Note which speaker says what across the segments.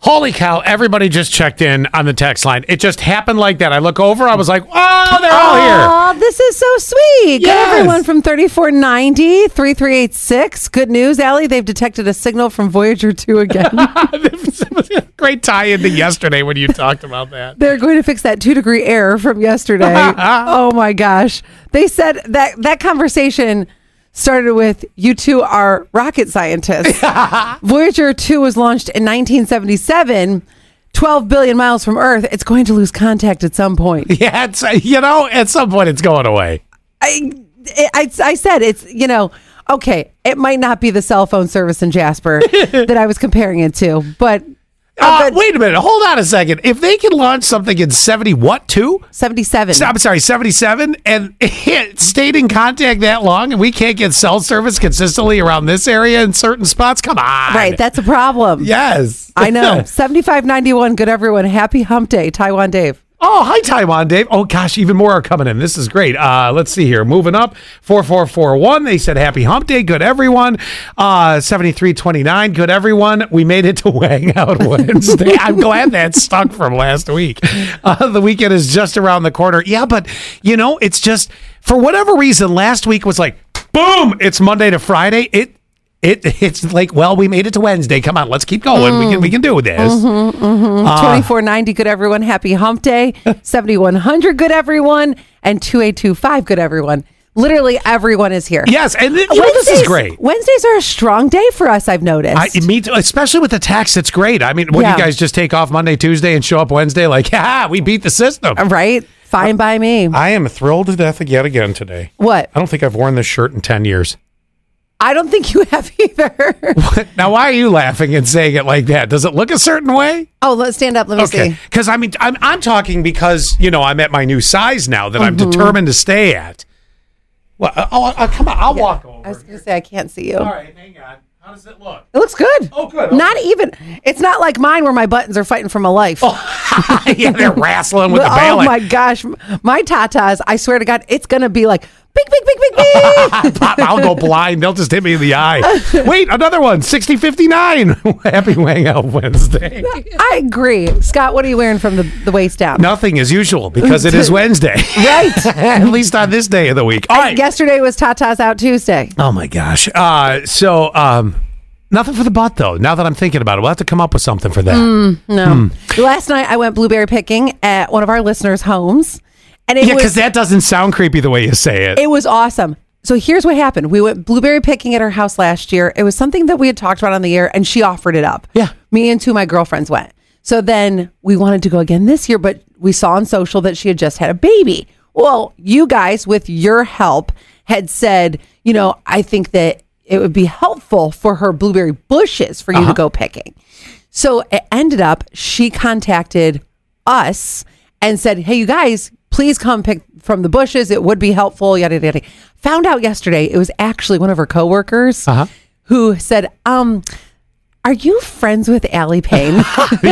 Speaker 1: Holy cow, everybody just checked in on the text line. It just happened like that. I look over, I was like, oh, they're all here.
Speaker 2: Aw, this is so sweet.
Speaker 1: Yes.
Speaker 2: Got everyone from 3490 3386. Good news, Allie. They've detected a signal from Voyager 2 again.
Speaker 1: Great tie in to yesterday when you talked about that.
Speaker 2: They're going to fix that two degree error from yesterday. oh my gosh. They said that that conversation started with you two are rocket scientists. Voyager 2 was launched in 1977, 12 billion miles from Earth. It's going to lose contact at some point.
Speaker 1: Yeah, it's, uh, you know, at some point it's going away.
Speaker 2: I, I, I said it's you know okay it might not be the cell phone service in jasper that i was comparing it to but
Speaker 1: Uh,
Speaker 2: Oh, but-
Speaker 1: wait a minute. Hold on a second. If they can launch something in 70, what, two?
Speaker 2: 77
Speaker 1: I'm sorry, 77, and it stayed in contact that long, and we can't get cell service consistently around this area in certain spots? Come on.
Speaker 2: right that's a problem
Speaker 1: yes.
Speaker 2: i know 7591 good everyone happy hump day taiwan dave
Speaker 1: Oh, hi, Taiwan Dave. Oh, gosh, even more are coming in. This is great. Uh, let's see here. Moving up, 4441. They said happy hump day. Good, everyone. Uh, 7329. Good, everyone. We made it to Wang Out Wednesday. I'm glad that stuck from last week. Uh, the weekend is just around the corner. Yeah, but, you know, it's just for whatever reason, last week was like, boom, it's Monday to Friday. It, it, it's like, well, we made it to Wednesday. Come on, let's keep going. We can we can do this. Ah.
Speaker 2: 2490 good everyone happy hump day 7100 good everyone and 2825 good everyone literally everyone is here
Speaker 1: Yes, and it- you know, Oh, this is
Speaker 2: Wednesdays-
Speaker 1: great.
Speaker 2: wednesdays are a strong day for us i've noticed
Speaker 1: I, me too, especially with the tax, it's great. I mean, when
Speaker 2: Yeah.
Speaker 1: you guys just take off Monday, Tuesday, and show up Wednesday, like, ha, we beat the system.
Speaker 2: right fine by me
Speaker 1: I am thrilled to death yet again today.
Speaker 2: what
Speaker 1: I don't think I've worn this shirt in 10 years.
Speaker 2: I don't think you have either.
Speaker 1: now, why are you laughing and saying it like that? Does it look a certain way?
Speaker 2: oh, let's stand up. Let me
Speaker 1: Okay.
Speaker 2: see.
Speaker 1: Because I mean, I'm, I'm talking because, you know, I'm at my new size now that I'm determined to stay at. Mm-hmm. Well, uh, oh, uh, come on. I'll walk over.
Speaker 2: I was going to say I can't see you.
Speaker 1: All right, hang on. How does it look?
Speaker 2: It looks good.
Speaker 1: Oh, good.
Speaker 2: Not even. It's not like mine where my buttons are fighting for my life. Oh,
Speaker 1: yeah, they're wrestling with the bailing.
Speaker 2: my gosh, my tatas! I swear to God, it's going to be like big, big, big, big, big.
Speaker 1: Pop, I'll go blind. They'll just hit me in the eye. Wait, another one. 6059. Happy Wang Out Wednesday.
Speaker 2: I agree, Scott. What are you wearing from the, the waist down?
Speaker 1: Nothing as usual because it is Wednesday.
Speaker 2: Right.
Speaker 1: At least on this day of the week. All right.
Speaker 2: Yesterday was tatas out Tuesday.
Speaker 1: oh my gosh. Uh, so um, nothing for the butt though. Now that I'm thinking about it, we'll have to come up with something for that.
Speaker 2: Mm, No. Last night I went blueberry picking at one of our listeners' homes, and it
Speaker 1: yeah,
Speaker 2: was
Speaker 1: because that doesn't sound creepy the way you say it.
Speaker 2: It was awesome. So here's what happened. We went blueberry picking at her house last year. It was something that we had talked about on the air and she offered it up.
Speaker 1: Yeah.
Speaker 2: Me and two of my girlfriends went. So then we wanted to go again this year, but we saw on social that she had just had a baby. Well, you guys, with your help, had said, you know, I think that it would be helpful for her blueberry bushes for you to go picking. So it ended up she contacted us and said, "Hey, you guys, please come pick from the bushes. It would be helpful." Yada yada. yada. Found out yesterday it was actually one of her coworkers
Speaker 1: Uh-huh.
Speaker 2: who said, "Um, are you friends with Allie Payne?"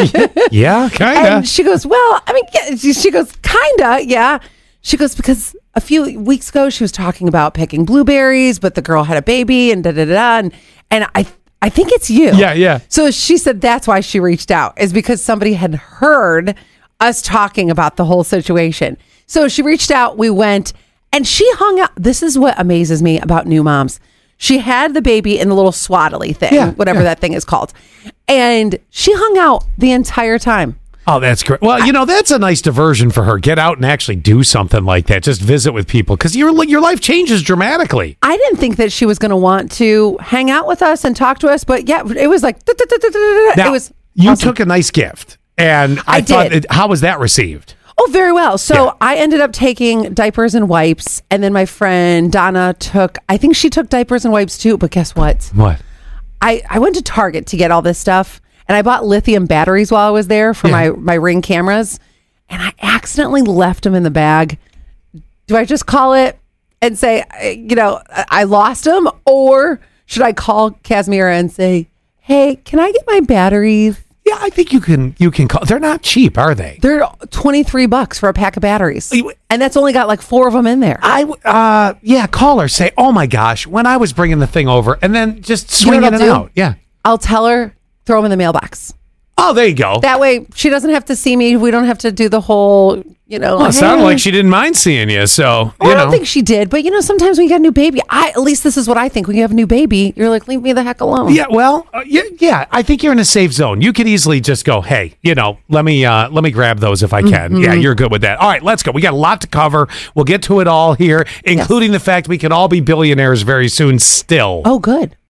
Speaker 1: yeah, kind
Speaker 2: and
Speaker 1: of.
Speaker 2: she goes, "Well, I mean, yeah." she, she goes, "Kinda, yeah." She goes because a few weeks ago she was talking about picking blueberries, but the girl had a baby and da da da, da, and and I I think it's you.
Speaker 1: Yeah, yeah.
Speaker 2: So she said that's why she reached out is because somebody had heard us talking about the whole situation. So she reached out, we went, and she hung out. This is what amazes me about new moms. She had the baby in the little swaddly thing,
Speaker 1: Yeah,
Speaker 2: whatever that thing is called. And she hung out the entire time.
Speaker 1: Oh, that's great. Well, you know, that's a nice diversion for her. Get out and actually do something like that. Just visit with people because your your life changes dramatically.
Speaker 2: I didn't think that she was going to want to hang out with us and talk to us, but yeah, it was like da, da, da, da, da, da.
Speaker 1: Now,
Speaker 2: it was.
Speaker 1: you
Speaker 2: awesome.
Speaker 1: took a nice gift, and I,
Speaker 2: I
Speaker 1: thought,
Speaker 2: did.
Speaker 1: it, how was that received?
Speaker 2: Oh, very well. So
Speaker 1: Yeah.
Speaker 2: I ended up taking diapers and wipes, and then my friend Donna took. I think she took diapers and wipes too. But guess what?
Speaker 1: What?
Speaker 2: I I went to Target to get all this stuff, and I bought lithium batteries while I was there for my
Speaker 1: Yeah.
Speaker 2: my ring cameras, and I accidentally left them in the bag. Do I just call it and say, I- you know, I I lost them, or should I call Casimira and say, hey, can I get my batteries?
Speaker 1: Yeah, I think you can. You can call. They're not cheap, are they?
Speaker 2: They're 23 bucks for a pack of batteries.
Speaker 1: You-
Speaker 2: And that's only got like four of them in there.
Speaker 1: I w- uh yeah, call her. Say, oh my gosh, when I was bringing the thing over, and then just
Speaker 2: You know
Speaker 1: swing in
Speaker 2: what I'll
Speaker 1: and
Speaker 2: do?
Speaker 1: out. Yeah.
Speaker 2: I'll tell her, throw them in the mailbox.
Speaker 1: Oh, there you go.
Speaker 2: That way she doesn't have to see me. We don't have to do the whole, you know.
Speaker 1: well, it sounded
Speaker 2: "Hey."
Speaker 1: like she didn't mind seeing you. So, you
Speaker 2: I
Speaker 1: know.
Speaker 2: don't think she did, but you know, sometimes when you got a new baby, I at least this is what I think. When you have a new baby, you're like, leave me the heck alone.
Speaker 1: yeah, well, uh, yeah, yeah, I think you're in a safe zone. You could easily just go, "Hey, you know, let me uh let me grab those if I can." Yeah, you're good with that. All right, let's go. We got a lot to cover. We'll get to it all here, including the fact we can all be billionaires very soon still.
Speaker 2: Oh, good.